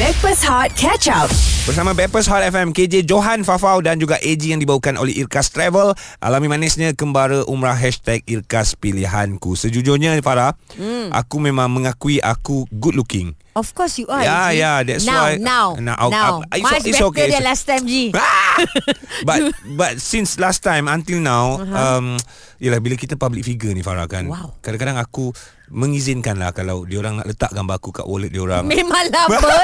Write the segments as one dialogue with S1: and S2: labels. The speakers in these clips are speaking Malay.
S1: Backpass Hot Catch Up.
S2: Bersama Bepers Hot FM KJ Johan Fafau dan juga AG yang dibawakan oleh Irkas Travel Alami manisnya Kembara Umrah Hashtag Irkas Pilihanku Sejujurnya Farah hmm. Aku memang mengakui aku good looking
S3: Of course you are.
S2: Ya,
S3: Izzy.
S2: ya, that's
S3: now,
S2: why-
S3: Now,
S2: Now,
S3: now,
S2: I'll-
S3: now.
S2: I'll- it's o-
S3: Much
S2: it's
S3: better
S2: okay, it's
S3: than
S2: okay.
S3: last time, G.
S2: Ah! But but since last time until now uh-huh. um yalah bila kita public figure ni Farah kan
S3: Wow.
S2: kadang-kadang aku mengizinkan lah kalau diorang nak letak gambar aku kat wallet diorang
S3: Memang lah, lama.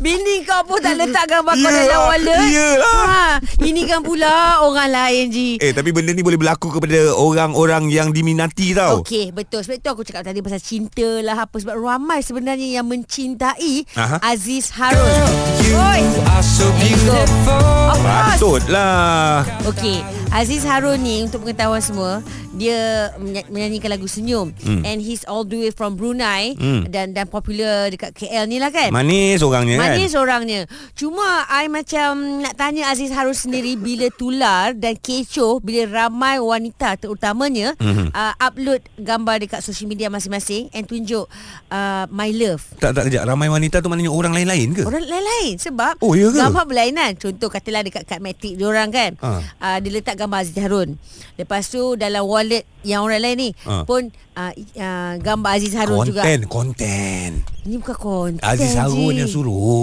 S3: Bini kau pun tak letak gambar kau
S2: Yeah,
S3: dalam wallet.
S2: yeah.
S3: Ha, ini kan pula orang lain, Ji.
S2: Eh tapi benda ni boleh berlaku kepada orang-orang yang diminati tau
S3: Okey, betul. Sebab tu aku cakap tadi pasal cinta lah apa. Sebab ramai sebenarnya yang mencintai
S2: Aha.
S3: Aziz Harun. Oi.
S2: are so
S3: Of course.
S2: Patutlah
S3: Okey, Aziz Harun ni untuk pengetahuan semua, dia menya- menyanyikan lagu Senyum mm.
S2: Hmm.
S3: and he's all the way from Brunei mm. dan dan popular dekat KL ni lah kan.
S2: Manis orangnya
S3: Manis
S2: kan
S3: orangnya Cuma I macam Nak tanya Aziz Harun sendiri Bila tular Dan kecoh Bila ramai wanita Terutamanya
S2: Hmm.
S3: mm-hmm. uh, Upload gambar Dekat social media masing-masing And tunjuk uh, My love
S2: Tak tak kejap Ramai wanita tu maknanya orang lain-lain ke?
S3: Orang lain-lain Sebab
S2: Oh, ya ke?
S3: Gambar berlainan Contoh katalah Dekat kad matrik diorang kan
S2: Ha.
S3: ha. uh, Dia letak gambar Aziz Harun Lepas tu Dalam wallet Yang orang lain ni ha.
S2: Ha.
S3: Pun uh, uh, Gambar Aziz Harun juga
S2: Konten Konten
S3: Ini bukan konten
S2: Aziz Harun
S3: Ji.
S2: yang suruh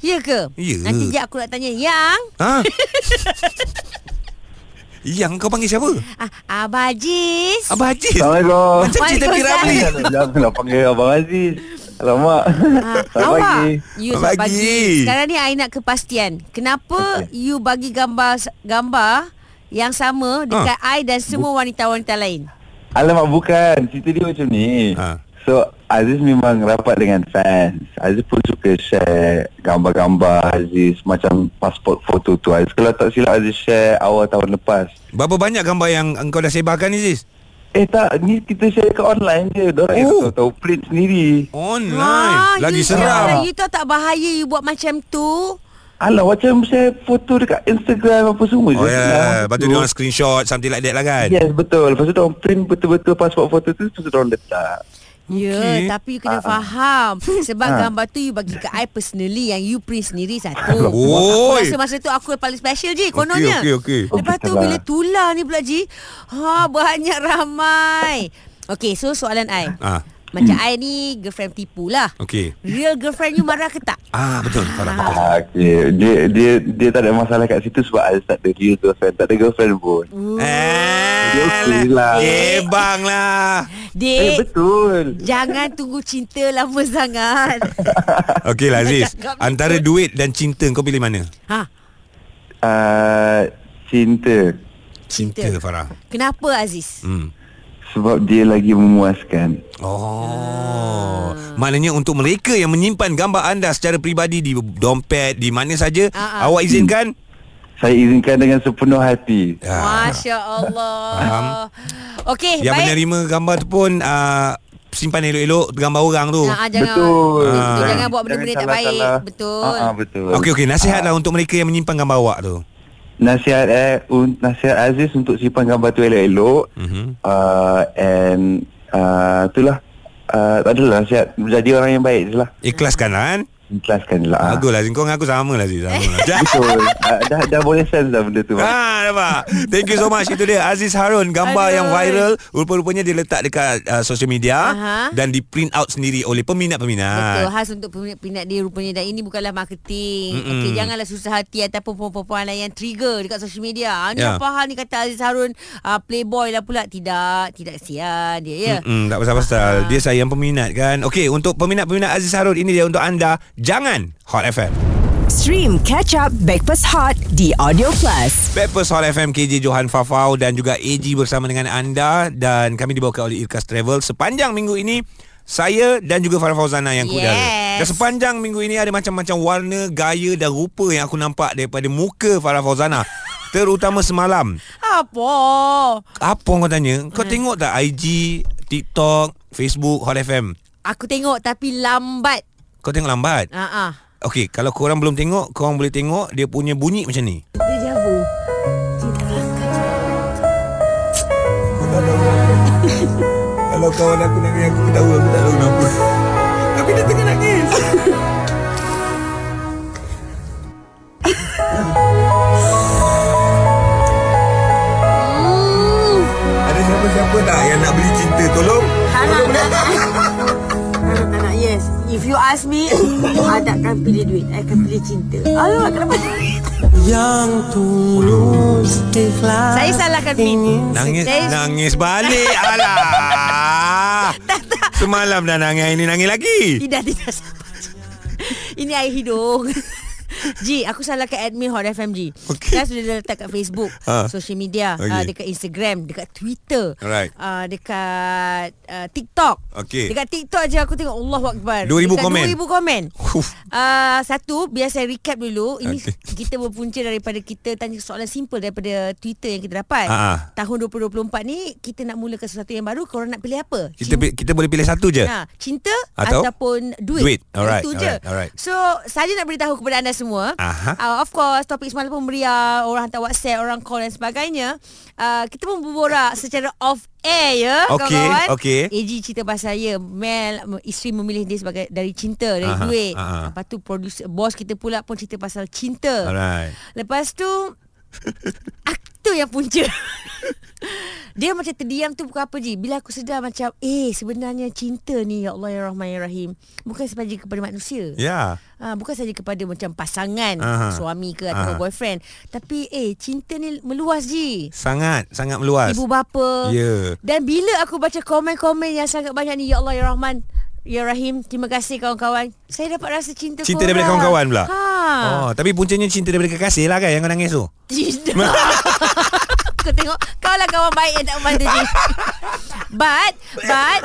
S3: Ya ke?
S2: Ya.
S3: Nanti je aku nak tanya Yang
S2: Ha? yang kau panggil siapa?
S3: ah, Abah Aziz
S2: Abah Haji
S4: Assalamualaikum.
S2: Macam cerita Piramli
S3: Waalaikumsalam.
S4: Jangan nak panggil Abang Aziz. Alamak.
S3: Ah,
S4: Selamat
S3: awak.
S4: pagi.
S3: You
S2: Selamat
S3: selamat
S2: pagi.
S3: pagi. Sekarang ni I nak kepastian. Kenapa you bagi gambar gambar yang sama dekat
S2: Ha.
S3: I dan semua wanita-wanita lain?
S4: Alamak bukan. Cerita dia macam ni.
S2: Ha.
S4: So Aziz memang rapat dengan fans. Aziz pun suka share gambar-gambar Aziz macam pasport foto tu. Aziz kalau tak silap Aziz share awal tahun lepas.
S2: Berapa banyak gambar yang engkau dah sebarkan ni Aziz?
S4: Eh tak, ni kita share kat online je. Diorang
S2: Oh.
S4: oh. tahu print sendiri.
S2: Online
S3: Ah,
S2: Lagi
S3: you
S2: seram
S3: tahu- You tahu tak bahaya you buat macam tu?
S4: Alah macam share foto dekat Instagram apa semua
S2: Oh
S4: je.
S2: ya
S4: Senang
S2: Lepas tu
S4: tu.
S2: dia orang screenshot Something like that lah kan
S4: Yes betul Lepas tu diorang print betul-betul Pasport foto tu Lepas tu diorang letak
S3: Ya,
S2: Okey.
S3: okay. tapi you
S2: Ah,
S3: kena faham sebab
S4: Ah.
S3: gambar tu you bagi ke I personally yang you print sendiri satu.
S2: Oi.
S3: Aku rasa masa tu aku paling special je kononnya.
S2: okey, okey. lah.
S3: Lepas tu
S4: Okey,
S3: bila
S4: sabar.
S3: tular ni pula Ji, ha banyak ramai. Okey, so soalan I.
S2: Ah.
S3: Macam I ni girlfriend tipu lah.
S2: Okey
S3: Real girlfriend you marah ke tak?
S2: Ah betul Farah betul
S4: Ah, okay. dia, dia dia tak ada masalah kat situ sebab Aziz tak ada real girlfriend, tak ada girlfriend pun. Dia okey lah.
S2: Eh, Gebang lah
S4: Eh,
S3: Dek,
S4: betul.
S3: jangan tunggu cinta lama sangat.
S2: Okey lah Aziz
S3: Cakap betul.
S2: Antara duit dan cinta Kau pilih mana?
S3: ha,
S4: Ah, cinta
S2: Cinta,
S3: Cinta.
S2: Farah
S3: kenapa Aziz?
S2: hmm.
S4: sebab dia lagi memuaskan.
S2: Oh Maknanya untuk mereka yang menyimpan gambar anda Secara peribadi Di dompet Di mana saja
S3: Ah, ah.
S2: Awak izinkan?
S4: Saya izinkan dengan sepenuh hati.
S2: Ah.
S3: Masya Allah. Okey,
S2: Yang
S3: baik.
S2: menerima gambar tu pun uh, Simpan elok-elok Gambar orang tu
S3: Ah, ah, jangan,
S4: betul.
S3: betul, betul.
S2: Ah.
S3: Jangan buat benda-benda tak baik.
S4: salah-salah.
S3: Betul.
S4: Ah, ah, betul.
S2: Okey okey nasihatlah untuk mereka yang menyimpan gambar awak tu.
S4: Nasihat eh un, nasihat Aziz untuk simpan gambar tu elok-elok.
S2: Mhm.
S4: Uh, and uh, itulah uh, tak adalah nasihat jadi orang yang baik je lah.
S2: Ikhlaskan kan?
S4: Ikhlaskan je lah. Ah.
S2: Baguslah Zin. Kau dengan aku sama lah Zin. Sama lah.
S4: Betul. Ah, dah dah boleh sense dah benda tu.
S2: Ah, nampak. Thank you so much. Itu dia Aziz Harun gambar
S3: Aduh.
S2: yang viral rupa-rupanya dia letak dekat uh, social media
S3: Aha.
S2: dan di print out sendiri oleh
S3: Betul
S2: Ah. peminat-peminat.
S3: khas untuk peminat-peminat dia rupanya Dan ini bukanlah marketing
S2: Mm-mm.
S3: Okey janganlah susah hati Ataupun perempuan-perempuan lain yang trigger Dekat social media ah, Ni yeah.
S2: Ya.
S3: apa hal ni kata Aziz Harun ah, Playboy lah pula Tidak Tidak sian dia ya
S2: Mm, tak pasal-pasal Dia sayang peminat kan Okey untuk peminat-peminat Aziz Harun Ini dia untuk anda Jangan Hot FM
S1: Stream Catch Up Backpass Hot di Audio Plus.
S2: Backpast Hall FM KJ Johan Fafau dan juga AG bersama dengan anda dan kami dibawakan oleh Irkas Travel sepanjang minggu ini saya dan juga Farah Fauzana yang kudara.
S3: Yes.
S2: Dan sepanjang minggu ini ada macam-macam warna, gaya dan rupa yang aku nampak daripada muka Farah Fauzana. Terutama semalam.
S3: Apa
S2: Apa kau tanya? Kau tengok tak IG, TikTok, Facebook, Hot FM?
S3: Aku tengok tapi lambat
S2: Kau tengok lambat.
S3: Ah ah.
S2: Okey, kalau korang belum tengok, korang boleh tengok dia punya bunyi macam ni.
S3: Dia javu
S2: Kalau kawan aku nak aku ketawa, aku tak tahu kenapa. Tapi dia tengah nak
S5: nangis Ada siapa-siapa tak yang nak beli cinta Tolong
S6: Tak nak, tak nak. Tak nak, tak nak. Yes. If you ask me, I takkan pilih duit. I akan pilih cinta. Alamak, kenapa?
S3: Saya salahkan Min
S2: Ah. Nangis
S3: Saya-
S2: Nangis balik Alah Semalam dah nangis Hari ni nangis lagi
S3: Tidak, tidak sabar. Ini air hidung. Ji, aku salahkan admin Hot FM Ji.
S2: Okey.
S3: Kan sudah letak kat Facebook, ha.
S2: Ha.
S3: social media,
S2: Okey.
S3: okay. uh, dekat Instagram, dekat Twitter,
S2: Alright.
S3: uh, dekat uh, TikTok.
S2: Okey.
S3: Dekat TikTok je aku tengok Allah Akbar.
S2: 2000
S3: Dekat
S2: komen.
S3: 2000 komen.
S2: Huh.
S3: Uh, satu, biar saya recap dulu. Ini
S2: Okey.
S3: okay. kita berpunca daripada kita tanya soalan simple daripada Twitter yang kita dapat.
S2: Ha.
S3: Tahun 2024 ni kita nak mulakan sesuatu yang baru. Korang nak pilih apa?
S2: Kita pi- kita boleh pilih satu je
S3: Ha, cinta
S2: Atau?
S3: Atau? ataupun duit.
S2: Duit. Alright,
S3: Itu
S2: alright,
S3: je.
S2: alright.
S3: So, saya nak beritahu kepada anda semua.
S2: Aha.
S3: Uh, of course, topik semalam pun meriah. Orang hantar WhatsApp, orang call dan sebagainya. Uh, kita pun berborak secara off air ya,
S2: Okey,
S3: kawan-kawan.
S2: okey.
S3: AG cerita pasal saya. Mel, m- isteri memilih dia sebagai dari cinta, dari
S2: Aha,
S3: duit.
S2: aha.
S3: Lepas tu, producer, bos kita pula pun cerita pasal cinta.
S2: Alright
S3: Lepas tu aku tu yang punca Dia macam terdiam tu bukan apa je Bila aku sedar macam Eh sebenarnya cinta ni Ya Allah ya Rahman ya Rahim Bukan sahaja kepada manusia
S2: Ya
S3: Ha, bukan saja kepada macam pasangan
S2: Aha.
S3: Suami ke atau
S2: Aha.
S3: boyfriend Tapi eh cinta ni meluas je
S2: Sangat Sangat meluas
S3: Ibu bapa
S2: Ya.
S3: Dan bila aku baca komen-komen yang sangat banyak ni Ya Allah ya Rahman Ya Rahim Terima kasih kawan-kawan Saya dapat rasa cinta korang.
S2: Cinta daripada kawan-kawan pula
S3: ha.
S2: Oh, Tapi puncanya cinta daripada kekasih lah kan Yang kau nangis tu
S3: Tidak Kau tengok Kau lah kawan baik yang tak membantu Jin But But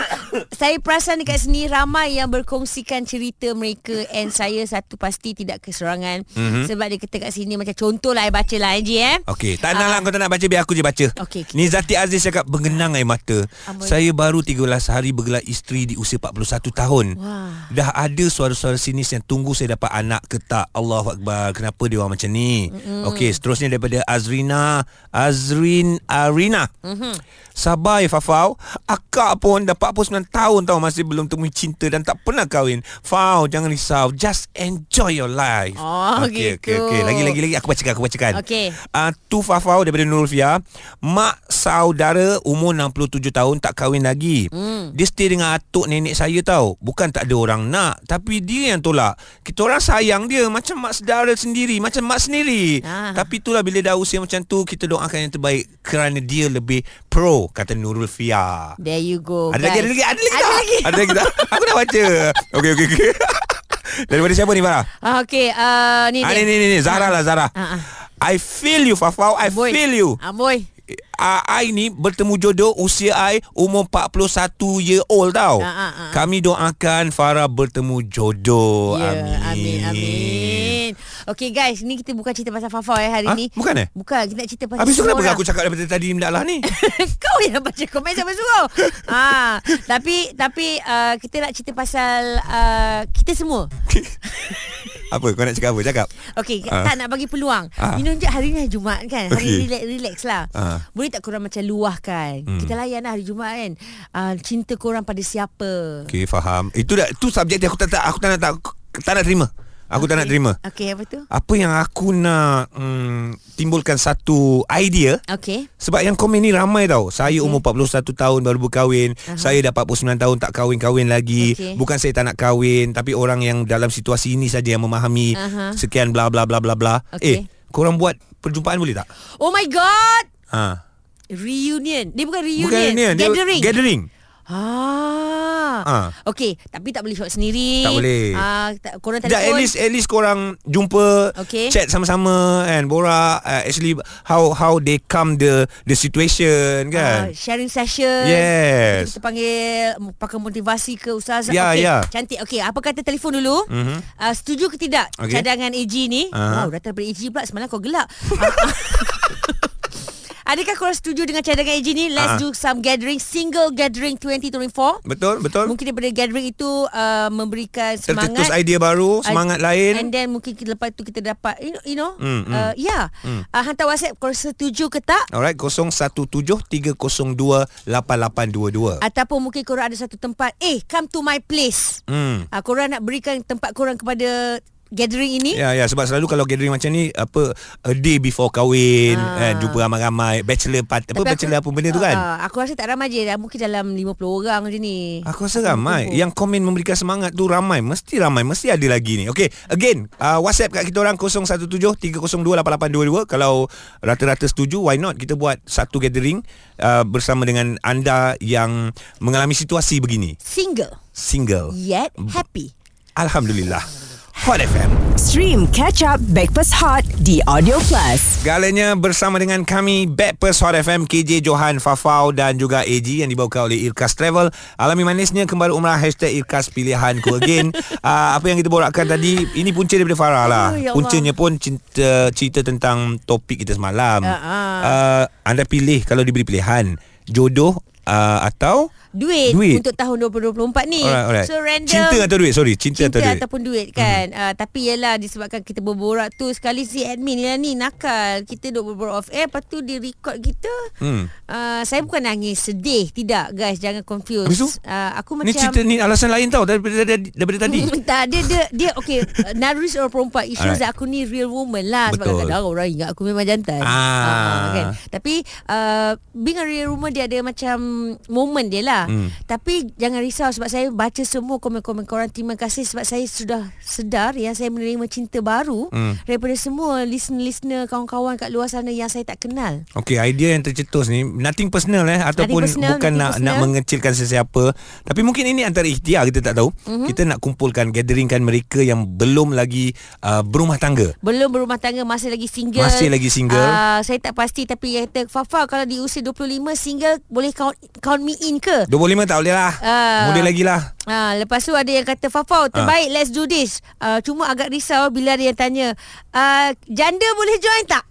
S3: Saya perasan dekat sini Ramai yang berkongsikan cerita mereka And saya satu pasti tidak keserangan mm-hmm.
S2: Mhm.
S3: Sebab dia kata kat sini Macam contoh lah Saya baca lah Angie eh
S2: Okey, tak nak lah kau tak nak baca biar aku je baca.
S3: Okey, okey.
S2: Nizati Aziz cakap bengenang air mata.
S3: Amboi.
S2: Saya baru 13 hari bergelar isteri di usia 41 tahun.
S3: Wah.
S2: Dah ada suara-suara sinis yang tunggu saya dapat anak ke tak. Allahu akbar. Kenapa dia orang macam ni? Mm-hmm. Okey, seterusnya daripada Azrina Azrin Arina. Mm-hmm. Sabar ya Fafau. Akak pun dah 49 tahun tau masih belum temui cinta dan tak pernah kahwin. Fau, jangan risau. Just enjoy your life.
S3: Oh,
S2: Okey,
S3: gitu.
S2: okey, okey. Lagi lagi lagi aku bacakan aku bacakan.
S3: Okey.
S2: Uh, tu Fafau daripada Nurfia Mak saudara umur 67 tahun tak kahwin lagi hmm. Dia stay dengan atuk nenek saya tau Bukan tak ada orang nak Tapi dia yang tolak Kita orang sayang dia Macam mak saudara sendiri Macam mak sendiri
S3: Ah.
S2: Tapi itulah bila dah usia macam tu Kita doakan yang terbaik Kerana dia lebih pro Kata Nurul Fia
S3: There you go
S2: Ada lagi,
S3: Oh, guys.
S2: ada lagi, ada lagi
S3: Ada
S2: tak?
S3: lagi
S2: Ada lagi tak? Aku dah baca Okey, okey, okey Daripada siapa ni Farah?
S3: ah, Okay uh, Ni
S2: Ah,
S3: dia.
S2: ni, ni, ni, ni. Zahra lah, Zahra.
S3: Ah, ah.
S2: I feel you, Fafau. I
S3: Amboi.
S2: feel you.
S3: Amboi
S2: Uh, I ni bertemu jodoh usia I umur 41 year old tau.
S3: Ah, ah, ah.
S2: Kami doakan Farah bertemu jodoh.
S3: Ya,
S2: Oh, amin.
S3: amin, amin. Okey guys, ni kita bukan cerita pasal Fafa eh hari
S2: Ha?
S3: ni.
S2: Bukan eh?
S3: Bukan, kita nak cerita pasal
S2: Habis tu
S3: semua
S2: kenapa
S3: orang.
S2: aku cakap daripada tadi Minda lah ni?
S3: Kau yang baca komen siapa suruh. ha, tapi tapi uh, kita nak cerita pasal uh, kita semua.
S2: apa? Kau nak cakap apa? Cakap.
S3: Okey, uh.
S2: Ah.
S3: tak nak bagi peluang. Uh.
S2: Ah.
S3: You know je hari ni hari Jumaat kan. Hari
S2: Okey.
S3: okay. relax relax lah. Uh.
S2: Ah.
S3: Boleh tak korang macam luahkan? Hmm. Kita layan lah hari Jumaat kan. Uh, cinta korang pada siapa?
S2: Okey, faham. Itu dah tu subjek yang aku tak, tak aku tak nak tak, tak nak terima. Aku okay. tak nak terima.
S3: Okey, apa tu?
S2: Apa yang aku nak hmm, timbulkan satu idea
S3: Okey.
S2: Sebab yang komen ni ramai tau Saya
S3: Mm-hmm.
S2: umur 41 tahun baru berkahwin uh-huh. Saya dah 49 tahun tak kahwin-kahwin lagi okay.
S3: Okey.
S2: Bukan saya tak nak kahwin Tapi orang yang dalam situasi ini saja yang memahami uh-huh.
S3: Aha.
S2: Sekian bla bla bla bla bla Eh,
S3: Okey.
S2: korang buat perjumpaan boleh tak?
S3: Oh my god.
S2: Ha.
S3: Reunion. Dia bukan reunion.
S2: Bukan ni dia-
S3: gathering.
S2: Gathering
S3: Ah.
S2: Ah.
S3: ah. Okey, tapi tak boleh shot sendiri.
S2: Tak boleh.
S3: Ah, tak, korang
S2: Sekejap, at
S3: telefon.
S2: least at least korang jumpa
S3: Okey.
S2: okay. chat sama-sama and borak uh, actually how how they come the the situation
S3: Ah,
S2: kan.
S3: sharing session.
S2: Yes.
S3: Kita panggil mm, pakai motivasi ke ustazah.
S2: Ya,
S3: Okey,
S2: ya. Mhm.
S3: Cantik. Okey, apa kata telefon dulu? Mm-hmm. Uh, setuju ke tidak
S2: Okey.
S3: cadangan AG ni?
S2: Aha.
S3: Wow, datang daripada AG pula semalam kau gelak. Adakah korang setuju dengan cadangan AJ ni? Let's
S2: Ah.
S3: do some gathering. Single gathering 2024.
S2: Betul, betul.
S3: Mungkin daripada gathering itu uh, memberikan semangat.
S2: Tercetus idea baru, semangat
S3: And
S2: lain.
S3: then mungkin kita- lepas tu kita dapat you know, you know
S2: Hmm, hmm.
S3: uh, yeah. Uh, hantar WhatsApp korang setuju ke tak?
S2: Alright 0173028822.
S3: Ataupun mungkin korang ada satu tempat Eh come to my place
S2: Hmm.
S3: uh, Korang nak berikan tempat korang kepada Gathering ini
S2: Ya ya sebab selalu kalau gathering macam ni apa a day before kahwin kan jumpa ramai-ramai bachelor party apa
S3: Ah. Tapi
S2: bachelor apa benda tu kan.
S3: Ah, aku rasa tak ramai je dah. Mungkin dalam 50 orang je ni
S2: Aku rasa ramai Yang komen memberikan semangat tu ramai Mesti ramai Mesti ada lagi ni Okay Again uh, Whatsapp kat kita orang 017-302-8822 Kalau rata-rata setuju Why not Kita buat satu gathering uh, Bersama dengan anda Yang mengalami situasi begini
S3: Single
S2: Single
S3: Yet
S2: Hmm.
S3: happy
S2: Alhamdulillah Hot FM
S1: Stream Catch Up Backpass Hot di Audio Plus.
S2: Galanya bersama dengan kami Backpers Hot FM KJ Johan Fafau dan juga AG yang dibawakan oleh Irkas Travel Alami manisnya kembali umrah Hashtag Irkas Pilihanku Again uh, Apa yang kita borakkan tadi Ini punca daripada Farah lah
S3: Oh, ya Allah.
S2: Puncanya pun cinta, cerita tentang topik kita semalam
S3: Ya, ah.
S2: uh, Anda pilih kalau diberi pilihan Jodoh uh, atau
S3: Duit,
S2: Duit.
S3: Untuk tahun 2024 ni
S2: Alright,
S3: Eh,
S2: alright.
S3: So random
S2: Cinta atau duit Sorry Cinta,
S3: Cinta
S2: atau duit Hmm.
S3: ataupun duit kan mm-hmm. uh, Tapi ialah disebabkan kita berborak tu Sekali si admin ni lah ni nakal Kita duk berborak off air Lepas tu dia record kita
S2: Hmm.
S3: uh, Saya bukan nangis sedih Tidak guys jangan confuse
S2: Habis tu?
S3: uh, Aku
S2: Ni
S3: macam
S2: cerita ni alasan lain tau Daripada, daripada, daripada tadi
S3: tak dia dia dia okey uh, narsis orang perempuan it shows
S2: Alright.
S3: that aku ni real woman lah sebab
S2: Betul.
S3: kadang-kadang orang ingat aku memang jantan.
S2: Ah.
S3: kan. Tapi uh, being a real woman dia ada macam moment dia lah.
S2: Hmm.
S3: Tapi jangan risau sebab saya baca semua komen-komen korang terima kasih sebab saya sudah sedar yang saya menerima cinta baru
S2: Hmm.
S3: daripada semua listener-listener kawan-kawan kat luar sana yang saya tak kenal.
S2: Okey, idea yang tercetus ni nothing personal eh ataupun
S3: personal,
S2: bukan
S3: nothing
S2: nak
S3: personal.
S2: nak mengecilkan sesiapa. Tapi mungkin ini antara ikhtiar kita tak tahu.
S3: Mhm.
S2: Mm-hmm. Kita nak kumpulkan gatheringkan mereka yang belum lagi uh, berumah tangga.
S3: Belum berumah tangga Masih lagi single
S2: Masih lagi single.
S3: uh, Saya tak pasti Tapi dia kata Fafa kalau di usia 25 single Boleh count, count me in ke?
S2: 25 tak boleh lah.
S3: Ah.
S2: Muda lagi lah.
S3: Ha, lepas tu ada yang kata
S2: Ha.
S3: Fafau terbaik let's do this uh, Cuma agak risau bila ada yang tanya uh, Janda boleh join tak?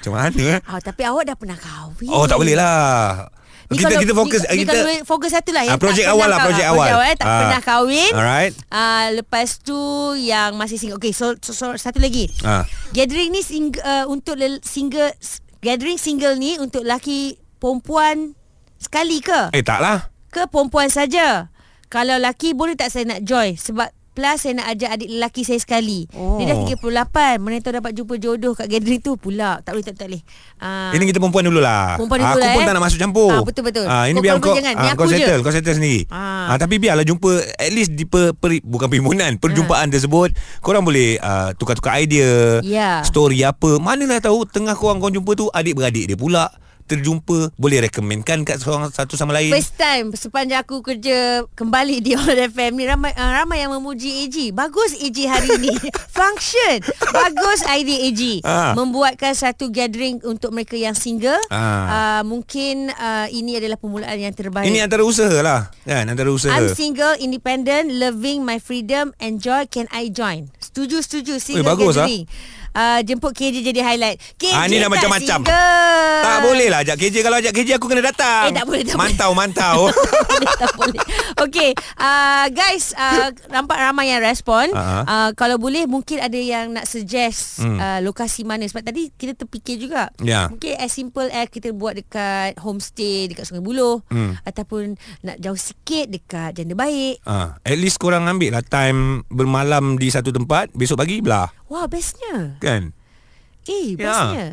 S2: Macam mana eh?
S3: Oh, tapi awak dah pernah kahwin
S2: Oh, tak boleh lah.
S3: Ni
S2: kita
S3: kalau-
S2: kita fokus
S3: ni,
S2: kita
S3: ni kalau fokus satu lah
S2: Ah,
S3: yang tak
S2: projek
S3: pernah
S2: awal lah,
S3: kahwin.
S2: projek
S3: Ah,
S2: awal.
S3: projek awal tak
S2: Ah.
S3: pernah kahwin
S2: Alright.
S3: uh, Lepas tu yang masih single Okay so, so, so satu lagi
S2: Ah.
S3: Gathering ni sing, uh, untuk lel- single s- Gathering single ni untuk laki perempuan sekali ke?
S2: Eh tak lah
S3: Ke perempuan saja? Kalau laki boleh tak saya nak join? Sebab plus saya nak ajak adik lelaki saya sekali. Oh. Dia dah 38. Mana tahu dapat jumpa jodoh kat gathering tu pula. Tak boleh, tak, tak boleh. Uh,
S2: Ini kita perempuan dululah Ah,
S3: Perempuan dulu
S2: Aku
S3: lah,
S2: pun
S3: eh.
S2: tak nak masuk campur
S3: Ah, betul, betul.
S2: ah, Ini
S3: Kau-
S2: biar
S3: kau
S2: kau
S3: jangan. Ni
S2: ah,
S3: aku
S2: Kau
S3: je.
S2: settle Kau settle sendiri
S3: Ah. Ah.
S2: ah. Tapi biarlah jumpa At least di per, per, Bukan perhimpunan Perjumpaan tersebut Korang boleh ah, Tukar-tukar idea
S3: Ya.
S2: Story apa Manalah tahu Tengah korang kau jumpa tu Adik-beradik dia pula Terjumpa Boleh recommendkan Kat seorang satu sama lain
S3: First time sepanjang aku kerja kembali di On FM ni ramai uh, ramai yang memuji AG. Bagus AG hari ini. Function. Bagus idea AG.
S2: Ah.
S3: Membuatkan satu gathering untuk mereka yang single.
S2: Ah.
S3: Uh, mungkin uh, ini adalah permulaan yang terbaik.
S2: Ini antara usaha lah Kan antara usaha
S3: I'm single, independent, loving my freedom, enjoy. Can I join? Setuju, setuju. Single
S2: Eh, bagus,
S3: gathering. Ah, jemput KJ jadi highlight. KJ
S2: Ah, ni dah
S3: tak
S2: macam-macam.
S3: Single.
S2: Tak boleh lah ajak KJ Kalau ajak KJ aku kena datang
S3: Eh, tak boleh, tak boleh.
S2: Mantau mantau
S3: boleh, tak boleh. Okey, uh, guys, uh, nampak ramai yang respon.
S2: Ah, ah.
S3: Uh-huh. Uh, kalau boleh mungkin ada yang nak suggest hmm. uh, lokasi mana sebab tadi kita terfikir juga.
S2: Ya.
S3: Mungkin as simple as kita buat dekat homestay dekat Sungai Buloh hmm. ataupun nak jauh sikit dekat Janda Baik.
S2: Ah, at least korang ambil lah time bermalam di satu tempat, besok pagi belah.
S3: Wah, bestnya.
S2: Kan?
S3: Eh,
S2: Ya.
S3: bestnya.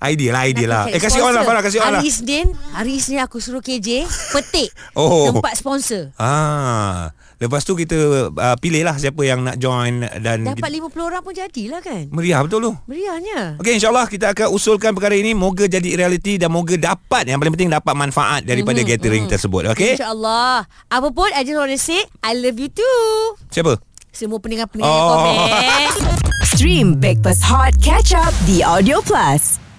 S2: Idea lah, idea
S3: Nak
S2: lah.
S3: cari
S2: Eh, kasih on lah,
S3: sponsor.
S2: Farah, kasih on lah.
S3: Hari Isnin, hari Isnin aku suruh KJ petik
S2: Oh.
S3: tempat sponsor.
S2: Ah, lepas tu kita uh, pilih lah siapa yang nak join dan
S3: Dapat
S2: kita,
S3: 50 orang pun jadilah kan.
S2: meriah betul tu.
S3: Meriahnya.
S2: Okey insyaAllah kita akan usulkan perkara ini Moga jadi realiti dan moga dapat Yang paling penting dapat manfaat daripada
S3: Mhm,
S2: mm-hmm, gathering mm. tersebut Okey?
S3: InsyaAllah Apa pun I just want to say I love you too
S2: Siapa?
S3: Semua pendengar-pendengar oh.
S2: Oh.
S3: komen
S1: Stream Backpass Hot Catch Up di Audio Plus.